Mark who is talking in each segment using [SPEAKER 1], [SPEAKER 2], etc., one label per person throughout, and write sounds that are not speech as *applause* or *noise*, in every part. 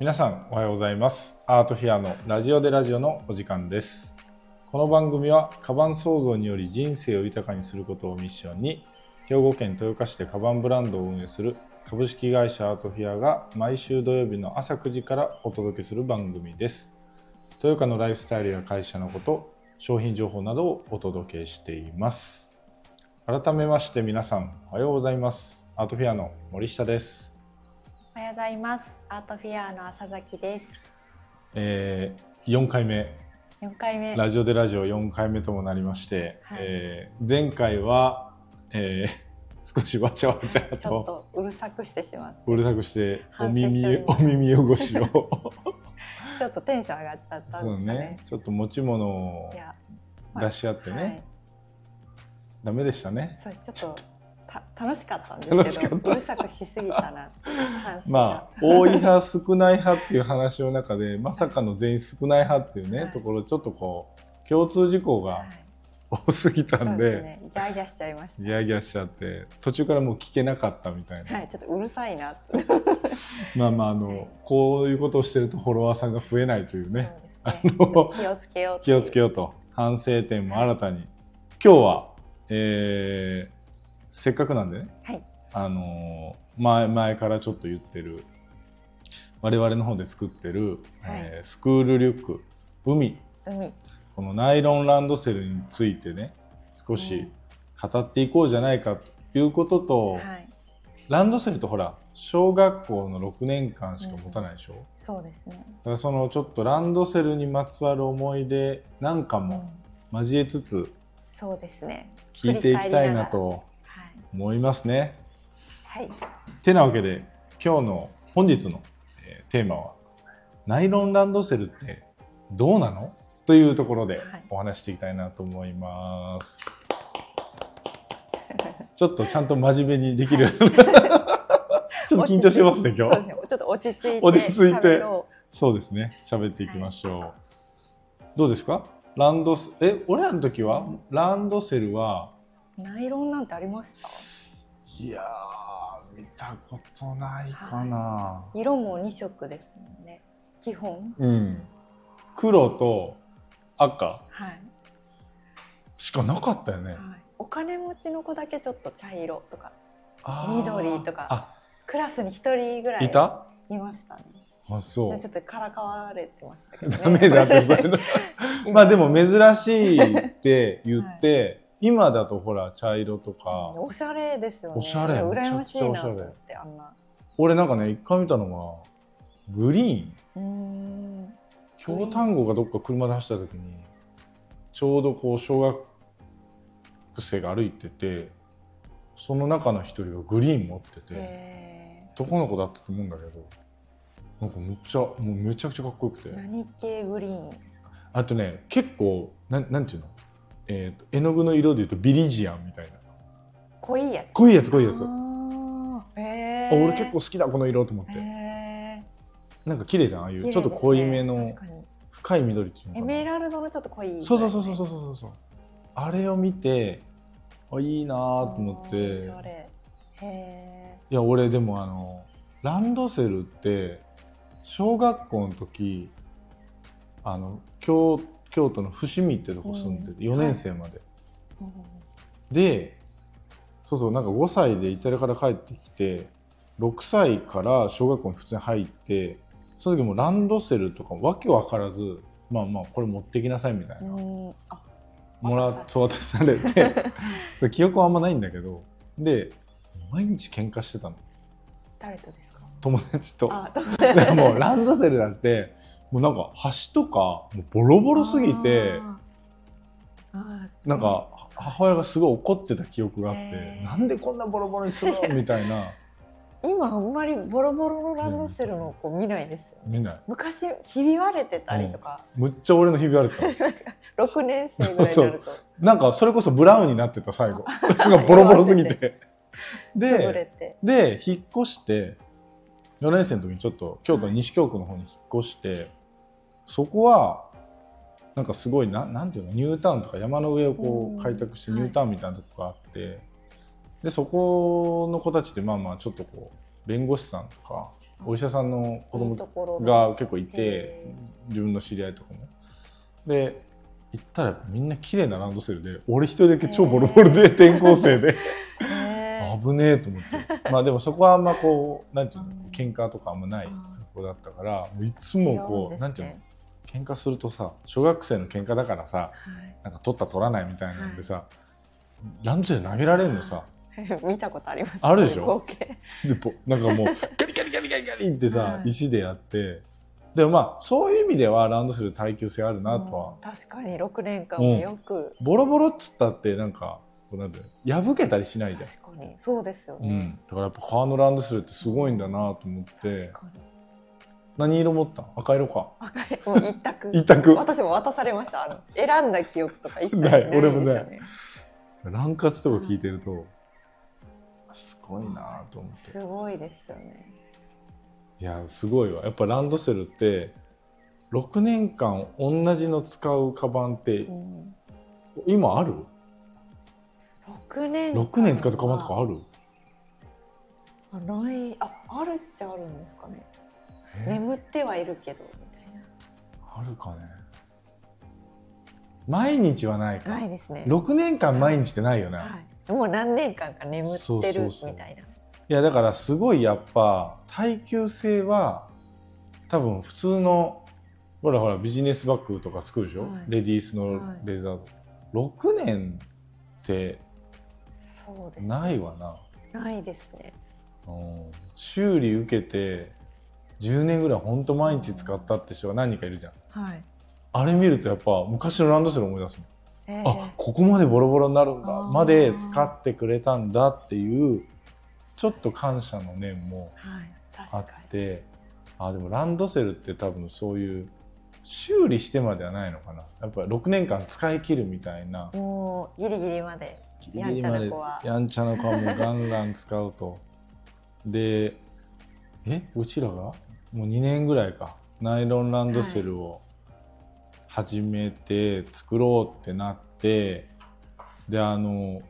[SPEAKER 1] 皆さんおはようございますアートフィアのラジオでラジオのお時間ですこの番組はカバン創造により人生を豊かにすることをミッションに兵庫県豊岡市でカバンブランドを運営する株式会社アートフィアが毎週土曜日の朝9時からお届けする番組です豊岡のライフスタイルや会社のこと商品情報などをお届けしています改めまして皆さんおはようございますアートフィアの森下です
[SPEAKER 2] おはようございます。アートフィアの浅崎です。
[SPEAKER 1] えー、4回目
[SPEAKER 2] 4回目。
[SPEAKER 1] ラジオでラジオ4回目ともなりまして、
[SPEAKER 2] はい
[SPEAKER 1] えー前回は、えー少しわちゃわちゃ
[SPEAKER 2] ちょっ
[SPEAKER 1] と
[SPEAKER 2] とうるさくしてしまっ
[SPEAKER 1] うるさくしてお
[SPEAKER 2] 反省
[SPEAKER 1] 耳
[SPEAKER 2] してお
[SPEAKER 1] お耳汚し
[SPEAKER 2] *laughs*
[SPEAKER 1] を
[SPEAKER 2] た。ちょっとテンション上がっちゃったん
[SPEAKER 1] そう
[SPEAKER 2] ですか
[SPEAKER 1] ね
[SPEAKER 2] ね。
[SPEAKER 1] ちょっと持ち物を
[SPEAKER 2] いや、
[SPEAKER 1] 出し合ってね、ダメでしたね
[SPEAKER 2] はい、そうちょっとた楽しかったんですけ
[SPEAKER 1] 楽しか
[SPEAKER 2] ど、
[SPEAKER 1] った
[SPEAKER 2] うるさくしすぎたな。反省が
[SPEAKER 1] まあ多い派少ない派っていう話の中でまさかの全員少ない派っていうね、
[SPEAKER 2] はい
[SPEAKER 1] ところちょっとこう共通事項
[SPEAKER 2] は
[SPEAKER 1] が
[SPEAKER 2] い
[SPEAKER 1] 多すぎたん
[SPEAKER 2] そう
[SPEAKER 1] で,、
[SPEAKER 2] すね、ギャーギャーしちゃいまし
[SPEAKER 1] ギャーギャーしちゃって途中からもう聞けなかったみたいな
[SPEAKER 2] た。はい、ちょっとうるさいなって。
[SPEAKER 1] まあまああのこういうことをしてるとフォロワーさんが増えないというね
[SPEAKER 2] そうですね。ち
[SPEAKER 1] あ
[SPEAKER 2] ょ
[SPEAKER 1] の
[SPEAKER 2] っと気をつけようって
[SPEAKER 1] 気
[SPEAKER 2] いう。
[SPEAKER 1] をつけようと反省点も新たに今日は、えーせっかくなんでね
[SPEAKER 2] はい。
[SPEAKER 1] あのー前前からちょっと言ってる我々の方で作ってる、
[SPEAKER 2] はい
[SPEAKER 1] えースクールリュック海
[SPEAKER 2] 海。
[SPEAKER 1] このナイロンランドセルについてね少し語っていこうじゃないかということと、
[SPEAKER 2] はい。
[SPEAKER 1] ランドセルってほら小学校の6年間しか持たないでしょ、
[SPEAKER 2] そうですね。
[SPEAKER 1] だからそのちょっとランドセルにまつわる思い出なんか
[SPEAKER 2] う
[SPEAKER 1] も
[SPEAKER 2] ん
[SPEAKER 1] 交えつつ
[SPEAKER 2] そうですね。
[SPEAKER 1] 聞いていきたいなと
[SPEAKER 2] 振り返りなが
[SPEAKER 1] 思いますね。
[SPEAKER 2] ら。はい。はい。
[SPEAKER 1] てなわけで今日の本日のえーテーマはナイロンランドセルってどうなのというところで
[SPEAKER 2] はい
[SPEAKER 1] お話していきたいなと思います。ちょっとちゃんと真面目にできる、 *laughs* ちょっと緊張してますね今
[SPEAKER 2] そう
[SPEAKER 1] 日
[SPEAKER 2] です。ねちょっと落ち着いて。
[SPEAKER 1] 落ち着いて
[SPEAKER 2] 喋ろ
[SPEAKER 1] そうですね喋っていきましょう、どうですかランドセえ俺らの時はランドセルは
[SPEAKER 2] うナイロンなんてありまし
[SPEAKER 1] いやー見たことないかな、
[SPEAKER 2] た。色も二色ですもんね。基本。
[SPEAKER 1] うん黒と赤
[SPEAKER 2] はい。
[SPEAKER 1] しかなかったよね
[SPEAKER 2] はい。お金持ちの子だけちょっと茶色とか、
[SPEAKER 1] あー
[SPEAKER 2] 緑とか
[SPEAKER 1] あ
[SPEAKER 2] クラスに一人ぐらい
[SPEAKER 1] いた
[SPEAKER 2] いましたね。
[SPEAKER 1] あそう
[SPEAKER 2] ちょっとからかわれてましたけど、ね。
[SPEAKER 1] ダメだってそ
[SPEAKER 2] *laughs*
[SPEAKER 1] れまあでも珍しいって言って、今だとほら茶色とか
[SPEAKER 2] おしゃれですよね。
[SPEAKER 1] おしゃれ
[SPEAKER 2] 羨ましいなと
[SPEAKER 1] めちゃ
[SPEAKER 2] 思
[SPEAKER 1] くちゃおし
[SPEAKER 2] ってあんな。
[SPEAKER 1] 俺なんかね一回見たのがグリーン
[SPEAKER 2] うーん。
[SPEAKER 1] 京丹後がどっか車で走った時にちょうどこう小学生が歩いててその中の一人がグリーン持ってて
[SPEAKER 2] え
[SPEAKER 1] 男の子だったと思うんだけどなんかめっちゃもうめちゃくちゃかっこよく
[SPEAKER 2] ー、
[SPEAKER 1] て
[SPEAKER 2] 何系グリーンですか。
[SPEAKER 1] あとね結構なんなんていうの、えーと絵の具の色で言うとビリジアンみたいな
[SPEAKER 2] 濃いやつ。
[SPEAKER 1] 濃いやつ濃いやつ
[SPEAKER 2] あ
[SPEAKER 1] あ
[SPEAKER 2] ーえー、
[SPEAKER 1] 俺結構好きだこの色と思って
[SPEAKER 2] え
[SPEAKER 1] なんか綺麗じゃんああい
[SPEAKER 2] ー
[SPEAKER 1] うちょっと濃いめ
[SPEAKER 2] 綺麗で
[SPEAKER 1] の
[SPEAKER 2] すね確かに
[SPEAKER 1] 深い緑っていうのか
[SPEAKER 2] エ
[SPEAKER 1] な
[SPEAKER 2] メラルドのちょっと濃い、
[SPEAKER 1] そうそうそうそうそうそうそうあれを見てあいいな
[SPEAKER 2] あ
[SPEAKER 1] ーと
[SPEAKER 2] ー
[SPEAKER 1] 思っ
[SPEAKER 2] おしてゃれへ
[SPEAKER 1] いや俺でもあのランドセルって小学校の時あの京京都の伏見ってとこ住んでて、
[SPEAKER 2] うん
[SPEAKER 1] 4年生まで、
[SPEAKER 2] ーうん
[SPEAKER 1] でそうそうなんか5歳でイタリアから帰ってきて6歳から小学校に普通に入ってその時もうランドセルとかわけわからずまあまあこれ持ってきなさいみたいな、
[SPEAKER 2] うんうんあ
[SPEAKER 1] もらっ渡されて
[SPEAKER 2] *laughs*
[SPEAKER 1] それ記憶はあんまないんだけどで毎日喧嘩してたの
[SPEAKER 2] 誰とですか
[SPEAKER 1] 友達と
[SPEAKER 2] *laughs* あどう
[SPEAKER 1] だから *laughs* もうランドセルだってもうなんか端とかもうボロボロすぎて
[SPEAKER 2] あー
[SPEAKER 1] なんか母親がすごい怒ってた記憶があって、
[SPEAKER 2] へー
[SPEAKER 1] なんでこんなボロボロにするのみたいな
[SPEAKER 2] 今あんまりボロボロのランドセルの子見ないですよ
[SPEAKER 1] 見ない
[SPEAKER 2] 昔ひび割れてたりとか、
[SPEAKER 1] むっちゃ俺のひび割れてたの
[SPEAKER 2] 六年生ぐらいになると
[SPEAKER 1] なんか *laughs* それこそブラウンになってた最
[SPEAKER 2] *laughs*
[SPEAKER 1] 後なんかボロボロすぎて
[SPEAKER 2] 潰
[SPEAKER 1] で
[SPEAKER 2] れて
[SPEAKER 1] で引っ越して4年生の時にちょっと京都の西京区の方に引っ越してそこはなんかすごいななんていうのニュータウンとか山の上をこ
[SPEAKER 2] うん
[SPEAKER 1] う開拓して
[SPEAKER 2] は
[SPEAKER 1] ニ
[SPEAKER 2] い
[SPEAKER 1] ュータウンみたいなとこがあって、でそこの子たちってまあまあちょっとこう弁護士さんとかお医者さんの子
[SPEAKER 2] いいと
[SPEAKER 1] 供
[SPEAKER 2] ころ
[SPEAKER 1] が結構いて
[SPEAKER 2] へ
[SPEAKER 1] 自分の知り合いとかもで行ったらみんな綺麗なランドセルで俺一人だけ超ボロボロで転校生で
[SPEAKER 2] へ
[SPEAKER 1] 危ねえと思
[SPEAKER 2] *laughs*
[SPEAKER 1] ってまあでもそこはあんまこうなんていうの
[SPEAKER 2] うん
[SPEAKER 1] 喧嘩とかあんまない
[SPEAKER 2] あー
[SPEAKER 1] 学校だったからもういつ
[SPEAKER 2] え
[SPEAKER 1] もこうなんていうの喧嘩するとさ小学生の喧嘩だからさなんか取った取らないみたいなんでさ、ランドセル投げられるのさ
[SPEAKER 2] 違うんですねはい *laughs* 見たことあります
[SPEAKER 1] あるでしょ
[SPEAKER 2] そういう光景
[SPEAKER 1] でぽなんか
[SPEAKER 2] *laughs*
[SPEAKER 1] もうガリガリガリガリガリってさ、
[SPEAKER 2] はい
[SPEAKER 1] 石でやってでもまあそういう意味ではランドセル耐久性あるなとは、
[SPEAKER 2] うん確かに六年間もよく
[SPEAKER 1] ボロボロっつったってなんかこうなんていうの破けたりしないじゃん、
[SPEAKER 2] 確かにそうですよ
[SPEAKER 1] うん
[SPEAKER 2] ね
[SPEAKER 1] だからやっぱ革のランドセルってすごいんだなと思って
[SPEAKER 2] 確かに
[SPEAKER 1] 何色持った赤色か
[SPEAKER 2] 赤いもう一択
[SPEAKER 1] *laughs* 一択
[SPEAKER 2] 私も渡されましたあの選んだ記憶とか一切
[SPEAKER 1] ない俺も
[SPEAKER 2] な
[SPEAKER 1] ない
[SPEAKER 2] いですよね
[SPEAKER 1] ラン活とか聞いてるとすごいなと思って
[SPEAKER 2] すごいですよね
[SPEAKER 1] いやすごいわやっぱランドセルって6年間同じの使うカバンって
[SPEAKER 2] うん
[SPEAKER 1] 今ある
[SPEAKER 2] 六年間
[SPEAKER 1] ?6 年使ったカバンとかある
[SPEAKER 2] あないああるっちゃあるんですかね
[SPEAKER 1] え
[SPEAKER 2] 眠ってはいるけどみたい
[SPEAKER 1] あるかね毎日はない
[SPEAKER 2] な
[SPEAKER 1] か
[SPEAKER 2] ないですね
[SPEAKER 1] 6年間毎日ってないよね、
[SPEAKER 2] はい、もう何年間か眠
[SPEAKER 1] そう
[SPEAKER 2] って
[SPEAKER 1] そ
[SPEAKER 2] る
[SPEAKER 1] うそう
[SPEAKER 2] みたいない
[SPEAKER 1] やだからすごいやっぱ耐久性は多分普通のほらほらビジネスバッグとか作るでしょ、
[SPEAKER 2] はい
[SPEAKER 1] レディースの
[SPEAKER 2] はい
[SPEAKER 1] レザード、6年って
[SPEAKER 2] そうですね
[SPEAKER 1] ないわな、
[SPEAKER 2] ないですね
[SPEAKER 1] うん修理受けて10年ぐらいほんと毎日使ったって人が何人かいるじゃん
[SPEAKER 2] はい
[SPEAKER 1] あれ見るとやっぱ昔のランドセル思い出すもん
[SPEAKER 2] え
[SPEAKER 1] あここまでボロボロになるんだ
[SPEAKER 2] あー
[SPEAKER 1] まで使ってくれたんだっていうちょっと感謝の念も
[SPEAKER 2] はい
[SPEAKER 1] あ
[SPEAKER 2] 確
[SPEAKER 1] っ
[SPEAKER 2] かに
[SPEAKER 1] てあでもランドセルって多分そういう修理してまではないのかなやっぱり6年間使い切るみたいな
[SPEAKER 2] もうギリギリまでやんちゃな子は
[SPEAKER 1] やんちゃな子はもうガンガン使うとでえうちらがもう2年ぐらいかナイロンランドセルを始めて作ろうってなって、であの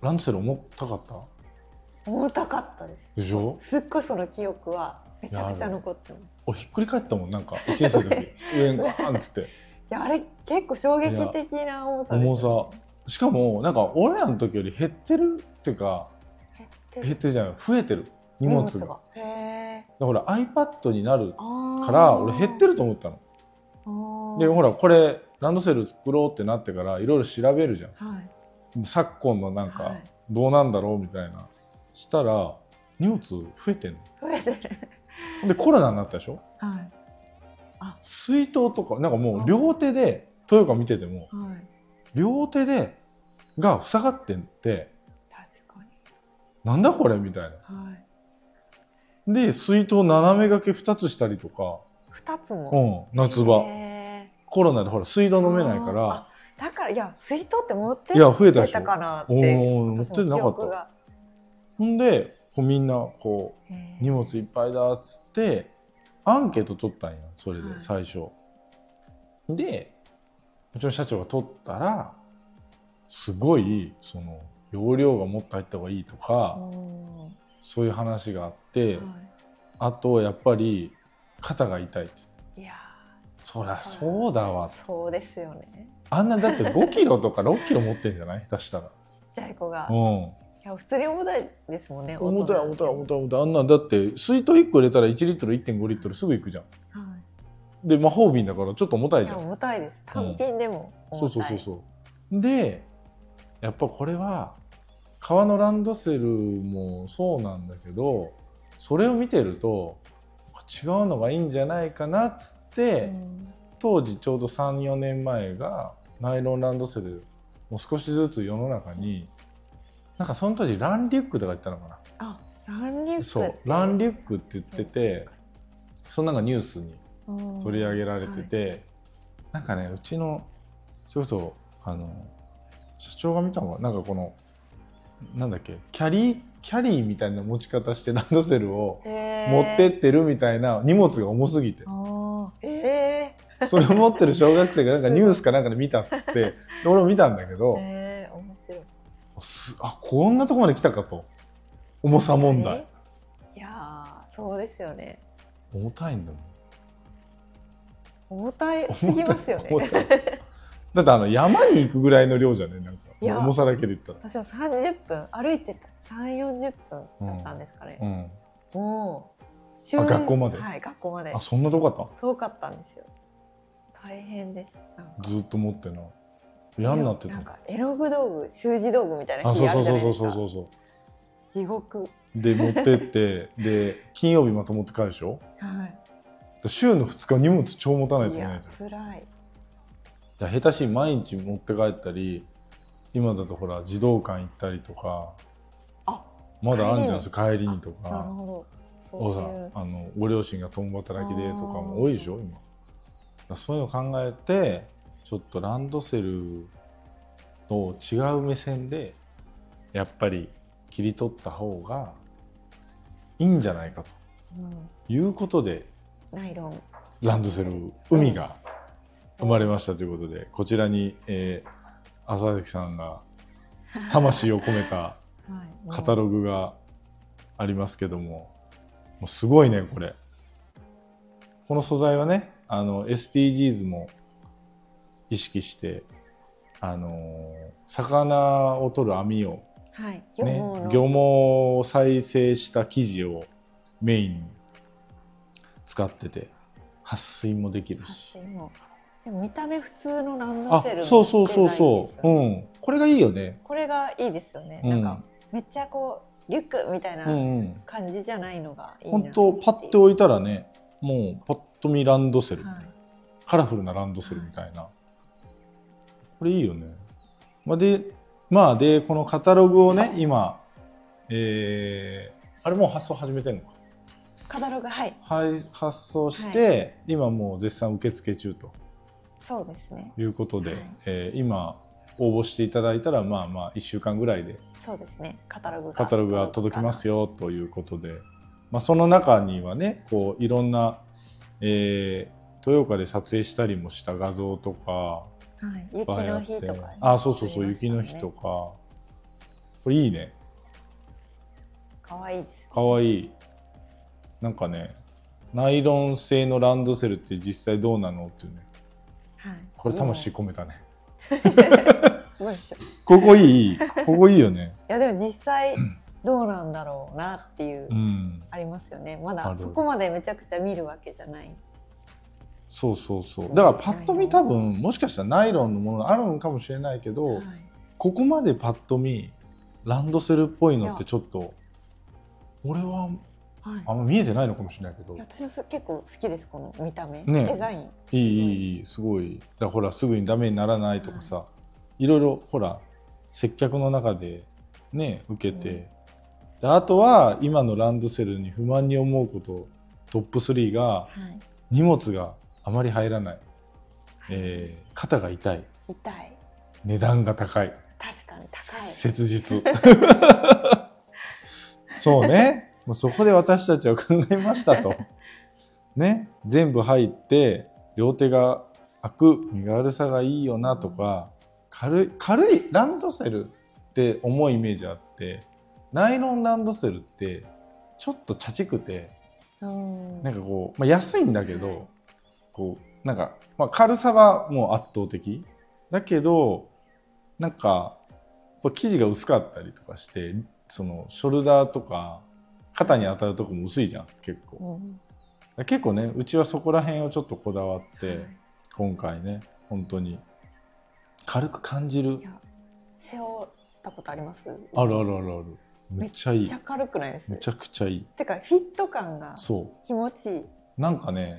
[SPEAKER 1] ランドセル重たかった
[SPEAKER 2] 重たかったで
[SPEAKER 1] でしょ
[SPEAKER 2] すすっごいその記憶はめちゃくちゃ残ってますい
[SPEAKER 1] 俺ひっくり返ったもんなんか1年生の時上にガーンっつって
[SPEAKER 2] やあれ結構衝撃的な重さです
[SPEAKER 1] 重さしかもなんか俺らの時より減ってるっていうか
[SPEAKER 2] 減ってる
[SPEAKER 1] 減ってるじゃない増えてる荷物が
[SPEAKER 2] へえ
[SPEAKER 1] だから iPad になる
[SPEAKER 2] あー
[SPEAKER 1] から俺減ってると思ったの。
[SPEAKER 2] あー
[SPEAKER 1] でほらこれランドセル作ろうってなってからいろいろ調べるじゃ
[SPEAKER 2] はい
[SPEAKER 1] ん昨今のなんか
[SPEAKER 2] はい
[SPEAKER 1] どうなんだろうみたいなしたら荷物増えてんの
[SPEAKER 2] 増えてる
[SPEAKER 1] でコロナになったでしょ
[SPEAKER 2] はい
[SPEAKER 1] 水筒とかなんかもう両手でトヨカ見てても
[SPEAKER 2] はい
[SPEAKER 1] 両手でが塞がってんって
[SPEAKER 2] 確かに
[SPEAKER 1] なんだこれみたい
[SPEAKER 2] はい
[SPEAKER 1] なで水筒斜め掛け2つしたりとか、
[SPEAKER 2] 二つ
[SPEAKER 1] う
[SPEAKER 2] も、
[SPEAKER 1] ん、夏場
[SPEAKER 2] へ
[SPEAKER 1] コロナでほら水道
[SPEAKER 2] ー
[SPEAKER 1] 飲めないか
[SPEAKER 2] あー
[SPEAKER 1] ら
[SPEAKER 2] あだからいや水筒って持って
[SPEAKER 1] いや増えた
[SPEAKER 2] 出
[SPEAKER 1] でしょ
[SPEAKER 2] たかなって
[SPEAKER 1] おお持っ
[SPEAKER 2] 私
[SPEAKER 1] て
[SPEAKER 2] も
[SPEAKER 1] な
[SPEAKER 2] 記
[SPEAKER 1] かった
[SPEAKER 2] 憶が
[SPEAKER 1] ほんでこうみんなこう荷物いっぱいだっつってアンケート取ったんやそれで
[SPEAKER 2] はい
[SPEAKER 1] 最初。でうちの社長が取ったらすごいその容量がもっと入った方がいいと
[SPEAKER 2] お
[SPEAKER 1] か
[SPEAKER 2] お
[SPEAKER 1] そういう話があって
[SPEAKER 2] ーは
[SPEAKER 1] あとやっぱり肩が痛いって言って
[SPEAKER 2] いいや
[SPEAKER 1] そりゃそうだわ
[SPEAKER 2] ーそうですよね
[SPEAKER 1] あんなだって5キロとか6キロ持ってんじゃない下手したら。
[SPEAKER 2] ちっちゃい子が
[SPEAKER 1] うん
[SPEAKER 2] いや普通に重たいですもんね
[SPEAKER 1] 重たい重たい
[SPEAKER 2] い
[SPEAKER 1] 重たい重たいあんなんだって水筒1個入れたら1リットル1.5リットルすぐいくじゃん
[SPEAKER 2] は
[SPEAKER 1] で魔法瓶だからちょっと重たい
[SPEAKER 2] い、い
[SPEAKER 1] じゃ
[SPEAKER 2] や
[SPEAKER 1] ん
[SPEAKER 2] 重たいです単品でも重たい、
[SPEAKER 1] そうそうそうそうでやっぱこれは革のランドセルもそうなんだけどそれを見てると違うのがいいんじゃないかなっつって、
[SPEAKER 2] うん
[SPEAKER 1] 当時ちょうど34年前がナイロンランドセルもう少しずつ世の中になんかその当時ランリュックとか言ったのかな
[SPEAKER 2] あランリュック
[SPEAKER 1] そうランリュックって言っててそんなのがニュースに取り上げられてて、なんかねうちのそれこそあの社長が見たのがなんかこのなんだっけキャリーキャリーみたいな持ち方してランドセルを持
[SPEAKER 2] 持
[SPEAKER 1] ってってるみたいな荷物が重すぎて
[SPEAKER 2] あーえ
[SPEAKER 1] それを持ってる小学生がなんかニュースかなんかで見たっつってで俺も見たんだけ
[SPEAKER 2] ー、
[SPEAKER 1] ど
[SPEAKER 2] えー、面白い
[SPEAKER 1] すあこんなとこまで来たかと重さ問題。
[SPEAKER 2] いやーそうですよね。
[SPEAKER 1] 重たいんだもん
[SPEAKER 2] 重たいすぎますよね。
[SPEAKER 1] 重たいだってあの山に行くぐらいの量じゃねなんか
[SPEAKER 2] いや
[SPEAKER 1] 重さだけで言ったら
[SPEAKER 2] 私は三十分歩いてた三四十分だったんですかね。
[SPEAKER 1] うん
[SPEAKER 2] もう週
[SPEAKER 1] あ学校まで
[SPEAKER 2] はい学校まで
[SPEAKER 1] あそんなとこあっ
[SPEAKER 2] 遠かったんですよ。大変でした。なんか
[SPEAKER 1] たずっと持ってな嫌になってた
[SPEAKER 2] んかエロブ道具、習字道具みたいな
[SPEAKER 1] あ
[SPEAKER 2] 日
[SPEAKER 1] そう
[SPEAKER 2] あ
[SPEAKER 1] そ
[SPEAKER 2] る
[SPEAKER 1] う
[SPEAKER 2] じゃ
[SPEAKER 1] そう
[SPEAKER 2] ない
[SPEAKER 1] そうそ
[SPEAKER 2] です
[SPEAKER 1] うそ
[SPEAKER 2] か。
[SPEAKER 1] うそう
[SPEAKER 2] 地獄。
[SPEAKER 1] で持ってってで金曜日また持って帰るでしょだ
[SPEAKER 2] は
[SPEAKER 1] から週の2日荷物超持たない
[SPEAKER 2] い。
[SPEAKER 1] とい
[SPEAKER 2] い
[SPEAKER 1] けない
[SPEAKER 2] や
[SPEAKER 1] じゃん
[SPEAKER 2] 辛
[SPEAKER 1] だ
[SPEAKER 2] い。
[SPEAKER 1] から下手しい毎日持って帰ったり今だとほら児童館行ったりとか
[SPEAKER 2] あ
[SPEAKER 1] まだあるんじゃないですか帰り
[SPEAKER 2] あ
[SPEAKER 1] にと
[SPEAKER 2] なる
[SPEAKER 1] か
[SPEAKER 2] ほど。
[SPEAKER 1] お
[SPEAKER 2] そ
[SPEAKER 1] さ
[SPEAKER 2] ういう。
[SPEAKER 1] あのご両親が共働きでとかも多いでしょ今だからそういうの考えてちょっとランドセルの違う目線でやっぱり切り取った方がいいんじゃないかと
[SPEAKER 2] うん
[SPEAKER 1] いうことで
[SPEAKER 2] ナイロン。
[SPEAKER 1] ランドセル海が生まれましたということでこちらに、えー浅崎さんが魂を込めた
[SPEAKER 2] はい。
[SPEAKER 1] カタログがありますけどももうすごいねこれこの素材はねあの SDGs も意識してあのー魚を取る網を、
[SPEAKER 2] はい。
[SPEAKER 1] ね、
[SPEAKER 2] の
[SPEAKER 1] 漁網を再生した生地をメインに使ってて撥水もできるし
[SPEAKER 2] でもでも見た目普通のランド
[SPEAKER 1] あ
[SPEAKER 2] セルの
[SPEAKER 1] そうそうそうそ
[SPEAKER 2] デザイン
[SPEAKER 1] う、
[SPEAKER 2] ですよね
[SPEAKER 1] うん、これがいいよね
[SPEAKER 2] これがいいですよね、
[SPEAKER 1] うん
[SPEAKER 2] なんかめっちゃこうリュックみたいな
[SPEAKER 1] うんうん
[SPEAKER 2] 感じじゃないのがいいな
[SPEAKER 1] 本当パッて
[SPEAKER 2] は
[SPEAKER 1] 置いたらねもうパッと見ランドセル、
[SPEAKER 2] い、
[SPEAKER 1] カラフルなランドセルみたいなこれいいよね、まあ、でまあでこのカタログをね今えーあれもう発送始めてるのか
[SPEAKER 2] カタログはい
[SPEAKER 1] はい発送して、今もう絶賛受付中と
[SPEAKER 2] そうですね
[SPEAKER 1] いうことで、
[SPEAKER 2] はい
[SPEAKER 1] えー今応募していただいたらまあまあ1週間ぐらいで
[SPEAKER 2] そうですねカタログが
[SPEAKER 1] カタログが届きます
[SPEAKER 2] よ
[SPEAKER 1] よということで、まあ、その中にはねこういろんな、えー豊岡で撮影したりもした画像とか
[SPEAKER 2] はい、
[SPEAKER 1] い
[SPEAKER 2] 雪
[SPEAKER 1] っぱいあ
[SPEAKER 2] の
[SPEAKER 1] っ
[SPEAKER 2] 日
[SPEAKER 1] て
[SPEAKER 2] とかね、
[SPEAKER 1] あそうそうそう、
[SPEAKER 2] ありました
[SPEAKER 1] 雪
[SPEAKER 2] ね
[SPEAKER 1] の日とかこれいいね
[SPEAKER 2] かわいいです
[SPEAKER 1] かわいいなんかねナイロン製のランドセルって実際どうなのっていうね
[SPEAKER 2] はい
[SPEAKER 1] これ魂込めたね
[SPEAKER 2] いいねよいしょい
[SPEAKER 1] ここいいここいいよ
[SPEAKER 2] *laughs*
[SPEAKER 1] ね
[SPEAKER 2] やでも実際どうなんだろうなっていう、
[SPEAKER 1] うん
[SPEAKER 2] ありますよねま
[SPEAKER 1] あ
[SPEAKER 2] だ
[SPEAKER 1] る
[SPEAKER 2] そこまでめちゃくちゃ見るわけじゃない
[SPEAKER 1] そうそうそうだからパッと見多分もしかしたらナイロンのものがあるのかもしれないけど、
[SPEAKER 2] はい
[SPEAKER 1] ここまでパッと見ランドセルっぽいのってちょっと俺は
[SPEAKER 2] はい
[SPEAKER 1] あんま見えてないのかもしれないけど
[SPEAKER 2] いや私はす結構好きですこの見た目、
[SPEAKER 1] ね
[SPEAKER 2] デザイン
[SPEAKER 1] いいいいいいすごいだからほらすぐにダメにならないとかさ、い、ろいろほら接客の中でね受けて、
[SPEAKER 2] うん
[SPEAKER 1] であとは今のランドセルに不満に思うことトップ3が
[SPEAKER 2] はい
[SPEAKER 1] 荷物があまり入らない、えー肩が痛い
[SPEAKER 2] 痛い
[SPEAKER 1] 値段が高い
[SPEAKER 2] 確かに高
[SPEAKER 1] 切実そうねもうそこで私たちは考えましたとね全部入って両手が開く身軽さがいいよなとか軽い軽いランドセルって重いイメージあってナイロンランドセルってちょっと茶ちくて
[SPEAKER 2] いうん
[SPEAKER 1] なんかこう、まあ、安いんだけどこうなんか、まあ、軽さはもう圧倒的だけどなんかこう生地が薄かったりとかしてそのショルダーとか肩に当たるとこも薄いじゃん結構だか
[SPEAKER 2] うん
[SPEAKER 1] ら結構ねうちはそこら辺をちょっとこだわって、
[SPEAKER 2] はい
[SPEAKER 1] 今回ね本当に軽く感じる
[SPEAKER 2] いや背負ったことあります
[SPEAKER 1] あるあるあるあるめっちゃい
[SPEAKER 2] めっ
[SPEAKER 1] い
[SPEAKER 2] ちゃ軽くないです
[SPEAKER 1] めちゃくちゃいい
[SPEAKER 2] てかフィット感が
[SPEAKER 1] そう
[SPEAKER 2] 気持ちいい、
[SPEAKER 1] なんかね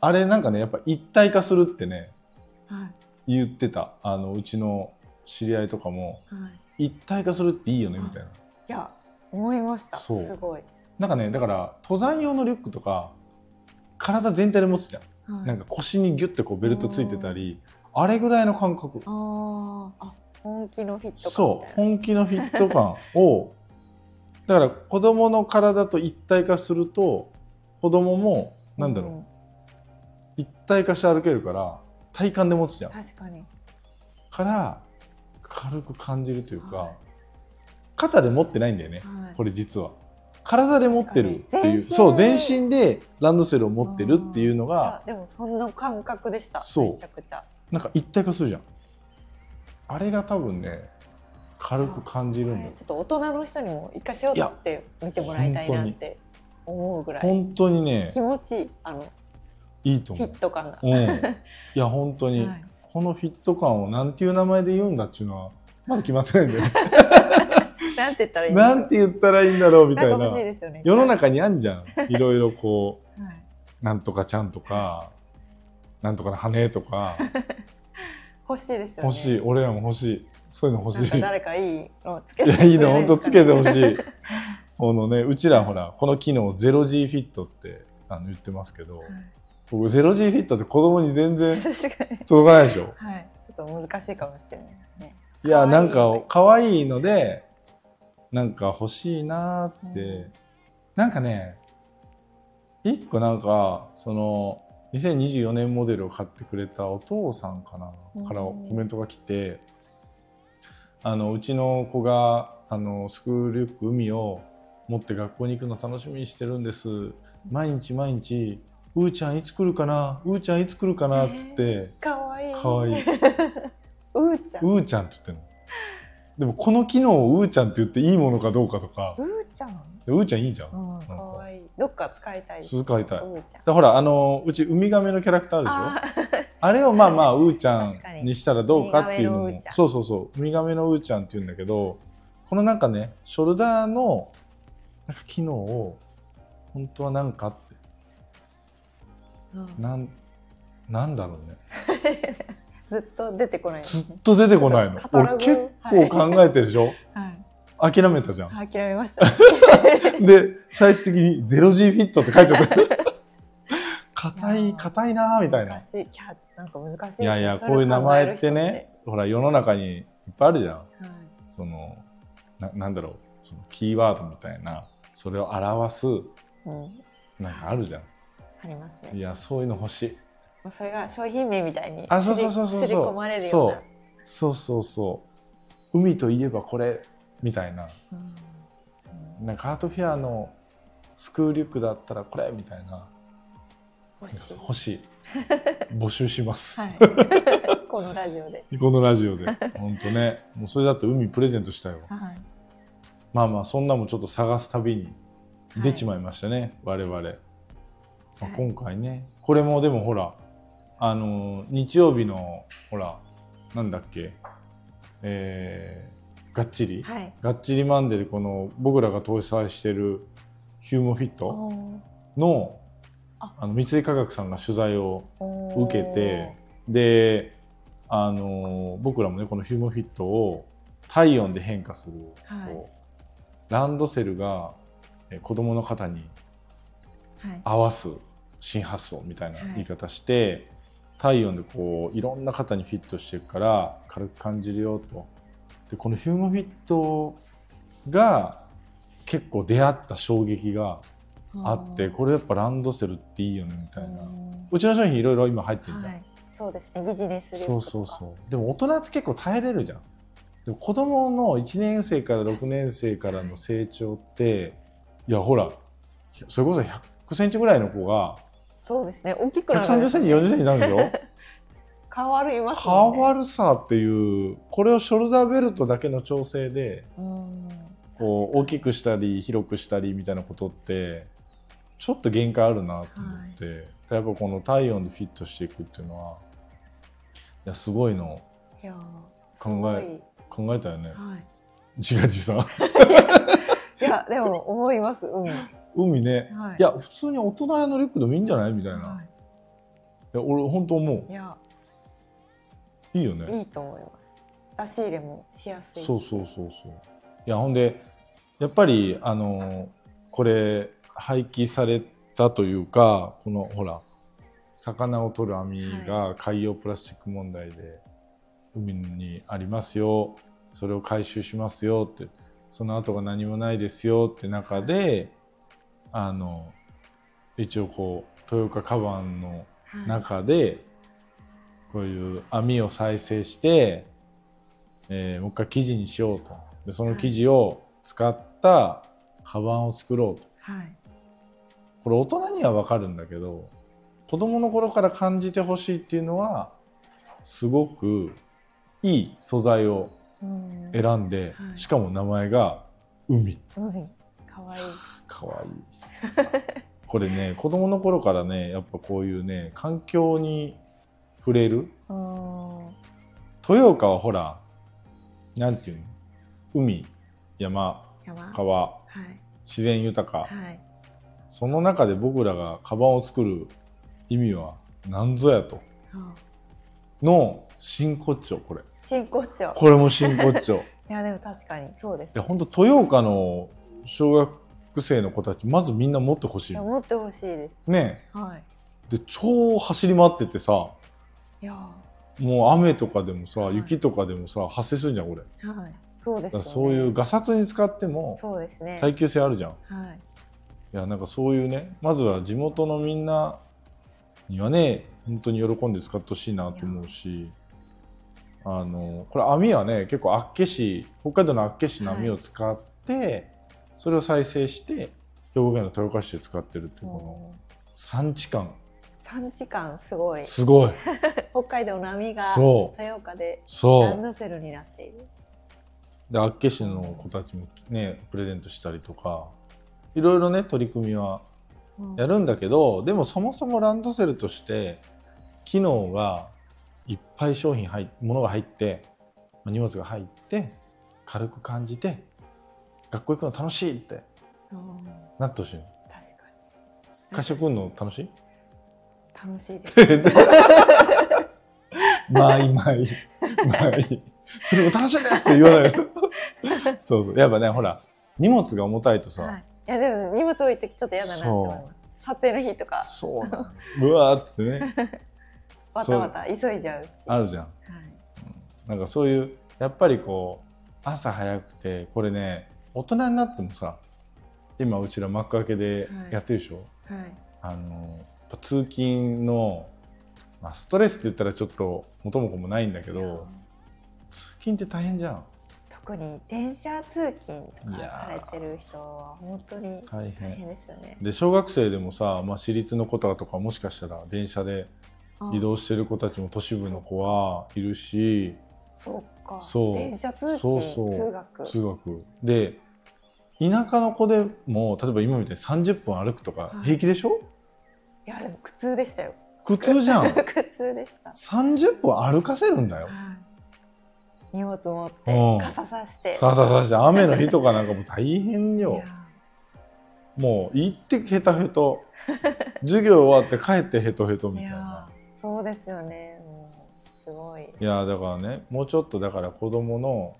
[SPEAKER 1] あれなんかねやっぱ一体化するってね
[SPEAKER 2] は
[SPEAKER 1] 言ってたあのうちの知り合いとかも
[SPEAKER 2] いはい、
[SPEAKER 1] 一体化するっていいよねみたいない
[SPEAKER 2] や思いましたす
[SPEAKER 1] そう
[SPEAKER 2] ごい、
[SPEAKER 1] なんかねだから登山用のリュックとか体全体で持つじゃん、
[SPEAKER 2] はい
[SPEAKER 1] なんか腰にギュッてこうベルトついてたりあれぐらいの感覚
[SPEAKER 2] あーあ本気のフィット感
[SPEAKER 1] そう
[SPEAKER 2] みたい
[SPEAKER 1] 本気のフィット感 *laughs* をだから子供の体と一体化すると子供も
[SPEAKER 2] な
[SPEAKER 1] なんだろう、
[SPEAKER 2] う
[SPEAKER 1] 一体化して歩けるから体感で持つじゃん
[SPEAKER 2] 確かに
[SPEAKER 1] から軽く感じるというか、
[SPEAKER 2] はい
[SPEAKER 1] 肩で持ってないんだよね、
[SPEAKER 2] はい
[SPEAKER 1] これ実は体で持ってるっていう
[SPEAKER 2] 確
[SPEAKER 1] そう
[SPEAKER 2] か
[SPEAKER 1] 全
[SPEAKER 2] に
[SPEAKER 1] 身でランドセルを持ってるっていうのが
[SPEAKER 2] あでもそんな感覚でした
[SPEAKER 1] そう
[SPEAKER 2] めちゃくちゃ
[SPEAKER 1] なんか一体化するじゃんあれが多分ね軽く感じるんだ
[SPEAKER 2] は
[SPEAKER 1] よ
[SPEAKER 2] いちょっと大人の人にも一回背負って見てもらいたいなって思うぐらい
[SPEAKER 1] 本当にね
[SPEAKER 2] 気持ちいいあの
[SPEAKER 1] いいと
[SPEAKER 2] フ
[SPEAKER 1] 思
[SPEAKER 2] ィッ
[SPEAKER 1] う、
[SPEAKER 2] ト感が、
[SPEAKER 1] うん、いや本当に、
[SPEAKER 2] はい
[SPEAKER 1] このフィット感をなんていう名前で言うんだっていうのはまだ決まってないんだよね
[SPEAKER 2] なんて言ったらいいんです
[SPEAKER 1] なんて言ったらいいんだろうみたい
[SPEAKER 2] んか
[SPEAKER 1] な
[SPEAKER 2] 欲しいですよね
[SPEAKER 1] 世の、中にあんじゃんいろいろこ
[SPEAKER 2] はいう
[SPEAKER 1] なんとかちゃんとかなんとかの羽とか
[SPEAKER 2] 欲しいですよね
[SPEAKER 1] 欲しい俺らも欲しいそういうの欲し
[SPEAKER 2] なん
[SPEAKER 1] い
[SPEAKER 2] か誰かいいの *laughs* つけ
[SPEAKER 1] い
[SPEAKER 2] て
[SPEAKER 1] や、いいの、本当つけてほ
[SPEAKER 2] い
[SPEAKER 1] しい。このね、うちらほら、この機能 0G フィットってあの言ってますけど、僕 0G フィットって子供に全然
[SPEAKER 2] ですかね *laughs* 確かに
[SPEAKER 1] 届かないでしょ。
[SPEAKER 2] はいちょっと難しいかもしれないですね
[SPEAKER 1] いや、
[SPEAKER 2] 可愛い
[SPEAKER 1] なんか可愛いので、なんか欲しいなーって、
[SPEAKER 2] うん
[SPEAKER 1] なんかね、一個なんか、その、2024年モデルを買ってくれたお父さんかな、
[SPEAKER 2] うん
[SPEAKER 1] からコメントが来て、あのうちの子があのスクールリュック海を持って学校に行くの楽しみにしてるんです毎日毎日「うーちゃんいつ来るかなうーちゃんいつ来るかな」っつって
[SPEAKER 2] 可愛い
[SPEAKER 1] 「かわいい
[SPEAKER 2] うーちゃんう
[SPEAKER 1] うーちゃん」って言ってるのでもこの機能を「うーちゃん」って言っていいものかどうかとか
[SPEAKER 2] ーちゃん
[SPEAKER 1] 「うーちゃんいいじゃん」
[SPEAKER 2] うん
[SPEAKER 1] か
[SPEAKER 2] 可愛いどっか使いたいです
[SPEAKER 1] 続かりたいだか
[SPEAKER 2] うーちゃん
[SPEAKER 1] らほらあのうちウミガメのキャラクターあるでしょ
[SPEAKER 2] あ
[SPEAKER 1] あれをまあまあうーちゃ
[SPEAKER 2] 確か
[SPEAKER 1] ん
[SPEAKER 2] に
[SPEAKER 1] にしたらどうかっていうの
[SPEAKER 2] ウミガメの
[SPEAKER 1] も
[SPEAKER 2] うーちゃん
[SPEAKER 1] そうそうそうウミガメのうーちゃんっていうんだけどこのなんかねショルダーのなんか機能を本当はなんかって
[SPEAKER 2] ーうん
[SPEAKER 1] なんなんだろうね
[SPEAKER 2] ずっと出てこないです
[SPEAKER 1] ず
[SPEAKER 2] ね
[SPEAKER 1] っと出てこないの
[SPEAKER 2] カタログ
[SPEAKER 1] 俺結構考えてるでしょ、
[SPEAKER 2] はい
[SPEAKER 1] 諦めたじゃん
[SPEAKER 2] あ諦めましたね
[SPEAKER 1] で最終的に「0G フィット」って書いちゃった *laughs* 硬い硬い *laughs* なーみたいな
[SPEAKER 2] 難しいキャなんか難しいです
[SPEAKER 1] いやいや
[SPEAKER 2] そ
[SPEAKER 1] こ
[SPEAKER 2] れ
[SPEAKER 1] ういう名
[SPEAKER 2] 考え
[SPEAKER 1] 前
[SPEAKER 2] る
[SPEAKER 1] って
[SPEAKER 2] 人
[SPEAKER 1] ねほら世の中にいっぱいあるじゃん
[SPEAKER 2] はい
[SPEAKER 1] そのななんだろうそのキーワードみたいなそれを表す
[SPEAKER 2] うん
[SPEAKER 1] なんかあるじゃ
[SPEAKER 2] あります
[SPEAKER 1] んい
[SPEAKER 2] ね
[SPEAKER 1] やそういうの欲しい
[SPEAKER 2] もうそれが商品名みたいに
[SPEAKER 1] あそうそうそうそうそう
[SPEAKER 2] 刷り込まれるような
[SPEAKER 1] そうそうそう海といえばこれみたいな
[SPEAKER 2] うん
[SPEAKER 1] なんかアートフェアのスクールリュックだったらこれみたいな
[SPEAKER 2] 欲しい
[SPEAKER 1] 欲しい募集し *laughs* ます、
[SPEAKER 2] はい、このラジオで。
[SPEAKER 1] このラジオで *laughs* 本当ねもうそれだって海プレゼントしたよ
[SPEAKER 2] はい、
[SPEAKER 1] まあまあそんなもちょっと探すたびに出ちまいましたね、我々、まあ
[SPEAKER 2] はい
[SPEAKER 1] 今回ねこれもでもほらあのー日曜日のほらなんだっけえー、がっちり、
[SPEAKER 2] はい。
[SPEAKER 1] がっちりマンデーでこの僕らが搭載してるヒューモフィット
[SPEAKER 2] おー
[SPEAKER 1] の
[SPEAKER 2] あ
[SPEAKER 1] あの三井化学さんが取材を
[SPEAKER 2] おー
[SPEAKER 1] 受けてであのー僕らもねこのヒューモフィットを体温で変化する、
[SPEAKER 2] はい
[SPEAKER 1] こうランドセルがえ子供の方に
[SPEAKER 2] はい。
[SPEAKER 1] 合わす新発想みたいな
[SPEAKER 2] はい
[SPEAKER 1] 言い方して、体温でこういろんな方にフィットしていくから軽く感じるよとでこのヒューマンフィットが結構出会った衝撃があってこれやっぱランドセルっていいよねみた
[SPEAKER 2] れ
[SPEAKER 1] いな、う
[SPEAKER 2] は
[SPEAKER 1] ちの商品いろいろ今入ってるじゃん、
[SPEAKER 2] い。そうですね。ビジネスリュック
[SPEAKER 1] そう
[SPEAKER 2] とか
[SPEAKER 1] そうそうでも大人って結構耐えれるじゃんでも子供の1年生から6年生からの成長っていやほらそれこそ100センチぐらいの子が
[SPEAKER 2] そうですね。大きくなる。
[SPEAKER 1] 130センチ40センチになるでし
[SPEAKER 2] *laughs*
[SPEAKER 1] ょ
[SPEAKER 2] 変わります
[SPEAKER 1] 変
[SPEAKER 2] もんね。
[SPEAKER 1] わるさっていうこれをショルダーベルトだけの調整で
[SPEAKER 2] る。うん。
[SPEAKER 1] こう大きくしたり広くしたりみたいなことってちょっと限界あるなと思って、やっぱこの体温でフィットしていくっていうのはいやすごいの
[SPEAKER 2] いやー。
[SPEAKER 1] 考え
[SPEAKER 2] え。
[SPEAKER 1] 考えたよね
[SPEAKER 2] はい。
[SPEAKER 1] 自画自賛
[SPEAKER 2] いやでも思います。うん。は
[SPEAKER 1] *laughs* 海ね
[SPEAKER 2] い。
[SPEAKER 1] いや普通に大人用のリュックでもいいんじゃないみたいな、
[SPEAKER 2] はい
[SPEAKER 1] や俺本当思
[SPEAKER 2] い。いうや
[SPEAKER 1] いいよね
[SPEAKER 2] いいと思います。出し入れもしやすい。
[SPEAKER 1] そうそうそうそういやほんでやっぱりあのこれ廃棄されたというかこのほら魚を取る網が海洋プラスチック問題で海にありますよそれを回収しますよってその後が何もないですよって中であの一応こう豊岡カバンの
[SPEAKER 2] はい。
[SPEAKER 1] 中でこういう網を再生して、えーもう一回生地にしようとでその生地を使ったカバンを作ろうと
[SPEAKER 2] はい。
[SPEAKER 1] これ大人には分かるんだけど子供の頃から感じてほしいっていうのはすごくいい素材を
[SPEAKER 2] うん。
[SPEAKER 1] 選んで、
[SPEAKER 2] はい
[SPEAKER 1] しかも名前が海
[SPEAKER 2] 海。かわいい。
[SPEAKER 1] かわいいこれね子供の頃からねやっぱこういうね環境に触れる
[SPEAKER 2] うん。
[SPEAKER 1] 豊岡はほらなんていうの海山
[SPEAKER 2] 山。はい。
[SPEAKER 1] 川自然豊か
[SPEAKER 2] はい。
[SPEAKER 1] その中で僕らがカバンを作る意味は何ぞやと
[SPEAKER 2] うん
[SPEAKER 1] の真骨頂これ
[SPEAKER 2] 真骨頂。
[SPEAKER 1] これも真骨頂 *laughs* い
[SPEAKER 2] いや、でも確かにそうです。い
[SPEAKER 1] や本当豊岡の小学生の子たちまずみんな持ってほし
[SPEAKER 2] や、
[SPEAKER 1] い
[SPEAKER 2] 持ってほしいです。
[SPEAKER 1] ね
[SPEAKER 2] はい。
[SPEAKER 1] で超走り回っててさ
[SPEAKER 2] いやー。
[SPEAKER 1] もう雨とかでもさ
[SPEAKER 2] はい
[SPEAKER 1] 雪とかでもさ発生するじゃんこれだ
[SPEAKER 2] はい。そうです
[SPEAKER 1] から
[SPEAKER 2] よね。
[SPEAKER 1] そういう。ガサツに使っても
[SPEAKER 2] そうですね。
[SPEAKER 1] 耐久性あるじゃん
[SPEAKER 2] はい。
[SPEAKER 1] いやなんかそういうねまずは地元のみんなにはね本当に喜んで使ってほしいなと思うしあのこれ網はね結構厚岸北海道の厚岸の網を使って、それを再生して兵庫県の豊岡市で使ってるってこの
[SPEAKER 2] も
[SPEAKER 1] 産地感
[SPEAKER 2] う三時間すごい。
[SPEAKER 1] すごい
[SPEAKER 2] 北海道の波が
[SPEAKER 1] そう
[SPEAKER 2] 豊岡で
[SPEAKER 1] そ
[SPEAKER 2] ラン
[SPEAKER 1] う
[SPEAKER 2] ドセルになっている。
[SPEAKER 1] で厚岸の子たちもねプレゼントしたりとかいろいろね取り組みは
[SPEAKER 2] うん
[SPEAKER 1] やるんだけどでもそもそもランドセルとして機能がいっぱい商品入っ物が入ってまあ荷物が入って軽く感じて学校行くの楽しいって
[SPEAKER 2] うん
[SPEAKER 1] なってほしいの
[SPEAKER 2] 確かに。
[SPEAKER 1] 会社来るの楽しい
[SPEAKER 2] 楽しいです。
[SPEAKER 1] まあいいまあいいまあいいそれも楽しいですって言わないそうそうやっぱねほら荷物が重たいとさ、
[SPEAKER 2] はい。いやでも荷物置いてちょっと嫌だなって思います。撮影の日とか
[SPEAKER 1] そうなのうわーっつってね
[SPEAKER 2] *laughs* わたわた急いじゃうし。
[SPEAKER 1] あるじゃん
[SPEAKER 2] はい。
[SPEAKER 1] なんかそういうやっぱりこう朝早くてこれね大人になってもさ今うちら幕開けでやってるでしょ、
[SPEAKER 2] はい。
[SPEAKER 1] あのやっぱ通勤の、まあ、ストレスって言ったらちょっと元も子もないんだけ
[SPEAKER 2] いや
[SPEAKER 1] ど通勤って大変じゃん
[SPEAKER 2] 特に電車通勤と
[SPEAKER 1] い
[SPEAKER 2] か
[SPEAKER 1] や
[SPEAKER 2] されてる人は本当に
[SPEAKER 1] 大
[SPEAKER 2] 大
[SPEAKER 1] 変
[SPEAKER 2] 変ですよね。
[SPEAKER 1] で小学生でもさ、まあ、私立の子とかもしかしたら電車で移動してる子たちも都市部の子はいるし
[SPEAKER 2] あ。そうか。
[SPEAKER 1] そう
[SPEAKER 2] 電車通勤
[SPEAKER 1] そうそう
[SPEAKER 2] 通学。
[SPEAKER 1] 通学で田舎の子でも例えば今みたいに30分歩くとか
[SPEAKER 2] はい
[SPEAKER 1] 平気でしょ、
[SPEAKER 2] いやでも苦痛でしたよ。
[SPEAKER 1] 苦痛じゃん
[SPEAKER 2] 苦痛でした。
[SPEAKER 1] 30分歩かせるんだよ
[SPEAKER 2] はい荷物持って
[SPEAKER 1] うん
[SPEAKER 2] 傘さして。
[SPEAKER 1] さあさあさあして雨の日とかなんかもう大変
[SPEAKER 2] い
[SPEAKER 1] よ
[SPEAKER 2] や
[SPEAKER 1] もう行ってヘタヘト授業終わって帰ってヘトヘトみ
[SPEAKER 2] い
[SPEAKER 1] たい
[SPEAKER 2] や
[SPEAKER 1] な
[SPEAKER 2] そうですよね。もうすごい。
[SPEAKER 1] いやだからねもうちょっとだから子供の、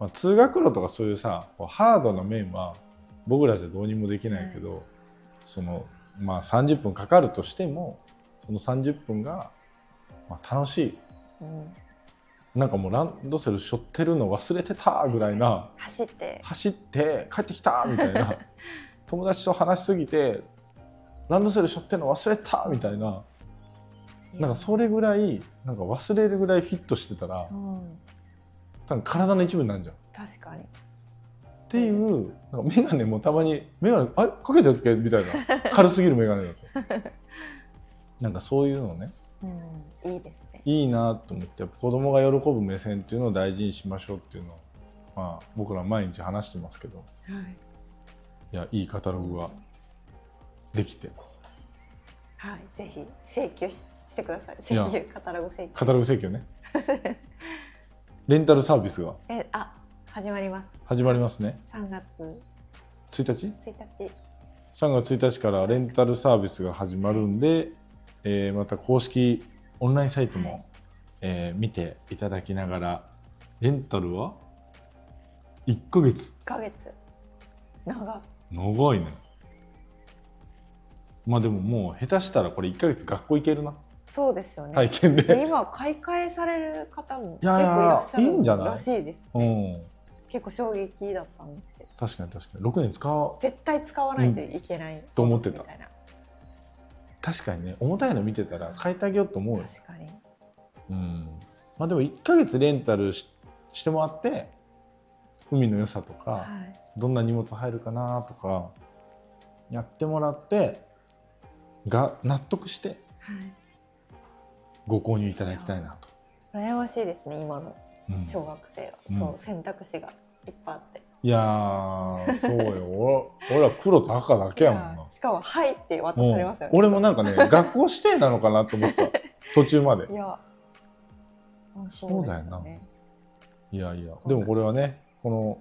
[SPEAKER 1] まあ、通学路とかそういうさこうハードな面は僕らじゃどうにもできないけど、そのまあ30分かかるとしてもその30分が、まあ、楽しい
[SPEAKER 2] うん
[SPEAKER 1] なんかもうランドセル背負ってるの忘れてたぐらいな
[SPEAKER 2] 走って。
[SPEAKER 1] 走って帰ってき
[SPEAKER 2] *laughs*
[SPEAKER 1] たみたいな友達と話しすぎてランドセル背負ってるの忘れたみたいななんかそれぐらいなんか忘れるぐらいフィットしてたら
[SPEAKER 2] うん。
[SPEAKER 1] 多分体の一部になるじゃん。
[SPEAKER 2] 確かに。
[SPEAKER 1] っていうなんか眼鏡もたまに眼鏡あれかけちゃっけみたい
[SPEAKER 2] *laughs*
[SPEAKER 1] な軽すぎる眼鏡だと。なんかそういうのね
[SPEAKER 2] うん。いいですね。
[SPEAKER 1] いいなと思ってやっぱ子供が喜ぶ目線っていうのを大事にしましょうっていうのを、まあ、僕ら毎日話してますけど
[SPEAKER 2] はい。
[SPEAKER 1] いやいいカタログができて
[SPEAKER 2] はい、ぜひ請求ししてください。
[SPEAKER 1] い
[SPEAKER 2] 請
[SPEAKER 1] や
[SPEAKER 2] 求カタログ請求。
[SPEAKER 1] カタログ請求ねレンタルサービスが
[SPEAKER 2] え、あ、始まります。
[SPEAKER 1] 始まりますね
[SPEAKER 2] 3月
[SPEAKER 1] 1日
[SPEAKER 2] 1日。
[SPEAKER 1] 3月1日からレンタルサービスが始まるんで、えーまた公式オンラインサイトも、
[SPEAKER 2] はい
[SPEAKER 1] えー見ていただきながらレンタルは1ヶ月
[SPEAKER 2] 1ヶ月。長っ。
[SPEAKER 1] 長いねまあでももう下手したらこれ1ヶ月学校行けるな
[SPEAKER 2] そうですよね。
[SPEAKER 1] 体験
[SPEAKER 2] で
[SPEAKER 1] で、
[SPEAKER 2] 今買い替えされる方も
[SPEAKER 1] い
[SPEAKER 2] 結構
[SPEAKER 1] やい
[SPEAKER 2] い
[SPEAKER 1] や
[SPEAKER 2] らっしゃる
[SPEAKER 1] いいんじゃない
[SPEAKER 2] らしいです。
[SPEAKER 1] うん
[SPEAKER 2] 結構衝撃だったんですけど、
[SPEAKER 1] 確かに確かに6年使う
[SPEAKER 2] 絶対使わないといけない、
[SPEAKER 1] と思ってた
[SPEAKER 2] みいな
[SPEAKER 1] 確かにね重たいの見てたら変えてあげようと思うよ、
[SPEAKER 2] 確かに。
[SPEAKER 1] うんまあでも1ヶ月レンタルししてもらって海の良さとか、
[SPEAKER 2] はい。
[SPEAKER 1] どんな荷物入るかなとかやってもらってが納得して
[SPEAKER 2] はい。
[SPEAKER 1] ご購入いただきたいなと、
[SPEAKER 2] 羨ましいですね、今の
[SPEAKER 1] うん
[SPEAKER 2] 小学生は。
[SPEAKER 1] うん
[SPEAKER 2] そう、選択肢がいっぱいあって。
[SPEAKER 1] いやーそう
[SPEAKER 2] *laughs*
[SPEAKER 1] よ俺ら俺ら黒と赤だけやもん
[SPEAKER 2] い
[SPEAKER 1] な
[SPEAKER 2] やしかも、はいって渡
[SPEAKER 1] うん
[SPEAKER 2] されますよね。
[SPEAKER 1] 俺もなんかね学校指定なのかなと思った途中まで
[SPEAKER 2] いや。あ
[SPEAKER 1] そうだよな
[SPEAKER 2] ですね
[SPEAKER 1] いやいやでもこれはねこの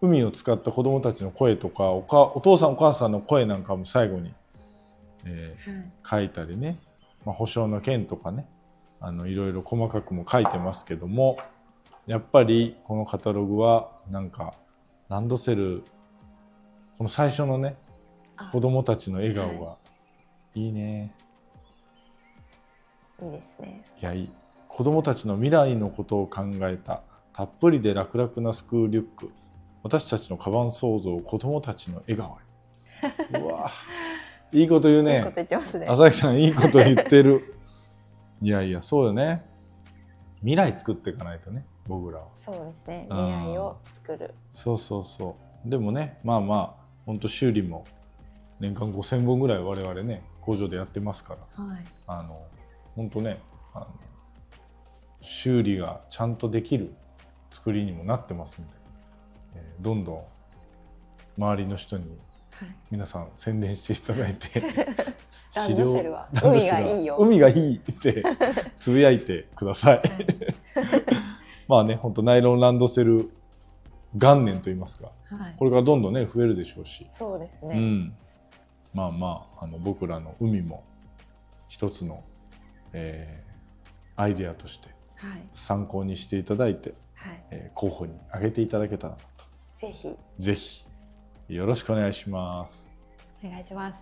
[SPEAKER 1] 海を使った子どもたちの声とかおかお父さんお母さんの声なんかも最後に、え
[SPEAKER 2] はい。
[SPEAKER 1] ー書いたりね、まあ、保証の件とかねあのいろいろ細かくも書いてますけどもやっぱりこのカタログはなんかランドセルこの最初のね
[SPEAKER 2] あ
[SPEAKER 1] 子どもたちの笑顔がいいね。
[SPEAKER 2] いいですね。
[SPEAKER 1] いやいい子供たちの未来のことを考えたたっぷりで楽々なスクールリュック私たちのカバン創造子供たちの笑顔へうわいいこと言う
[SPEAKER 2] いいこ
[SPEAKER 1] ね
[SPEAKER 2] と言ってますね。
[SPEAKER 1] 朝木さんいいこと言ってるいやいやそうよね未来作っていかないとね僕らは
[SPEAKER 2] そうですね。
[SPEAKER 1] あ
[SPEAKER 2] 未
[SPEAKER 1] ー
[SPEAKER 2] 来を作る。
[SPEAKER 1] そうそうそうでもねまあまあほんと修理も年間5,000本ぐらい我々ね工場でやってますから
[SPEAKER 2] はい。
[SPEAKER 1] あの本当ねあの修理がちゃんとできる作りにもなってますんで、えーどんどん周りの人に
[SPEAKER 2] はい。
[SPEAKER 1] 皆さん宣伝していただいて
[SPEAKER 2] *laughs* ランドセ
[SPEAKER 1] *laughs*
[SPEAKER 2] ルは
[SPEAKER 1] 資料
[SPEAKER 2] 海がいいよ
[SPEAKER 1] 海がいいってつぶやいてくださいまあね本当ナイロンランドセル元年と言いますか *laughs*
[SPEAKER 2] はい。
[SPEAKER 1] これからどんどんね増えるでしょうし
[SPEAKER 2] そうです
[SPEAKER 1] う
[SPEAKER 2] ね。
[SPEAKER 1] ん、まあまああの僕らの海も一つの、えーアイデアとして
[SPEAKER 2] はい。
[SPEAKER 1] 参考にしていただいて、
[SPEAKER 2] はい。
[SPEAKER 1] えー候補に挙げていただけたらなと
[SPEAKER 2] ぜひ。
[SPEAKER 1] ぜひよろしくお願いします。
[SPEAKER 2] お願いします。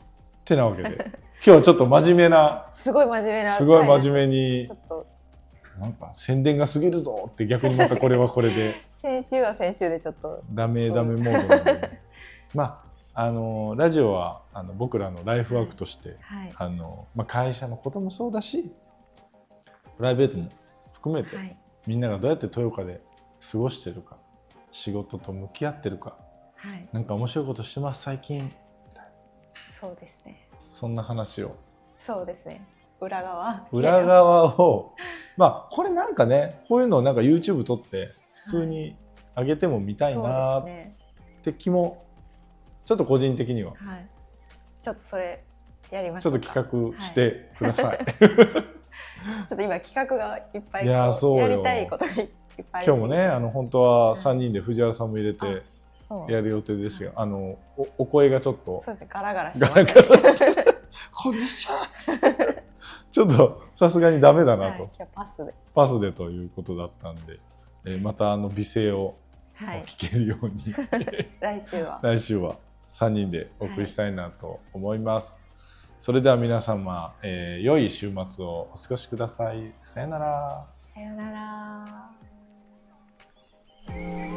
[SPEAKER 1] てなわ
[SPEAKER 2] *laughs*
[SPEAKER 1] けで今日はちょっと真面目な
[SPEAKER 2] すごい真面目な。
[SPEAKER 1] すごい真
[SPEAKER 2] 目。
[SPEAKER 1] 面目に
[SPEAKER 2] ちょっと
[SPEAKER 1] なんか宣伝が過ぎるぞって逆にまたこれはこれで
[SPEAKER 2] 先週は先週でちょっと。
[SPEAKER 1] ダメダメモードなので
[SPEAKER 2] *laughs*
[SPEAKER 1] まああのラジオはあの僕らのライフワークとして
[SPEAKER 2] はい。
[SPEAKER 1] あの、まあ、会社のこともそうだしプライベートも含めて、
[SPEAKER 2] はい。
[SPEAKER 1] みんながどうやって豊岡で過ごしてるか仕事と向き合ってるか
[SPEAKER 2] はい。
[SPEAKER 1] なんか面白いことしてます最近
[SPEAKER 2] そうですね。
[SPEAKER 1] そんな話を
[SPEAKER 2] そうですね。裏側。
[SPEAKER 1] 裏。側
[SPEAKER 2] *laughs*
[SPEAKER 1] をまあこれなんかねこういうのをなんか YouTube 撮って普通に上げても見たいな
[SPEAKER 2] そう
[SPEAKER 1] ー
[SPEAKER 2] で
[SPEAKER 1] っ
[SPEAKER 2] すね。
[SPEAKER 1] て気もちょっと個人的には
[SPEAKER 2] はい。ちょっとそれ。やりまし
[SPEAKER 1] ちょ
[SPEAKER 2] ょ
[SPEAKER 1] っ
[SPEAKER 2] う
[SPEAKER 1] と
[SPEAKER 2] か
[SPEAKER 1] 企画してください、
[SPEAKER 2] ちょっと今企画がいっぱい
[SPEAKER 1] いやー
[SPEAKER 2] こ
[SPEAKER 1] そうよ
[SPEAKER 2] やりたいことがいっぱい
[SPEAKER 1] *laughs* 今日もねあの本当は3人で藤原さんも入れて、
[SPEAKER 2] そう
[SPEAKER 1] やる予定ですよ。あのおお声がちょっ
[SPEAKER 2] *laughs*
[SPEAKER 1] と
[SPEAKER 2] そうですねガラガラしてました
[SPEAKER 1] ガラ「こんにちは」 *laughs* ちょっとさすがにダメだ
[SPEAKER 2] は
[SPEAKER 1] ないと、
[SPEAKER 2] 今日パスで
[SPEAKER 1] パスでということだったんで、えーまたあの美声を
[SPEAKER 2] はい
[SPEAKER 1] 聞けるよう
[SPEAKER 2] *laughs*
[SPEAKER 1] に、
[SPEAKER 2] 来週は
[SPEAKER 1] 来週は3人でお送りしたいなと思います。それでは皆様、えー良い週末をお過ごしください。さよなら。
[SPEAKER 2] さよなら。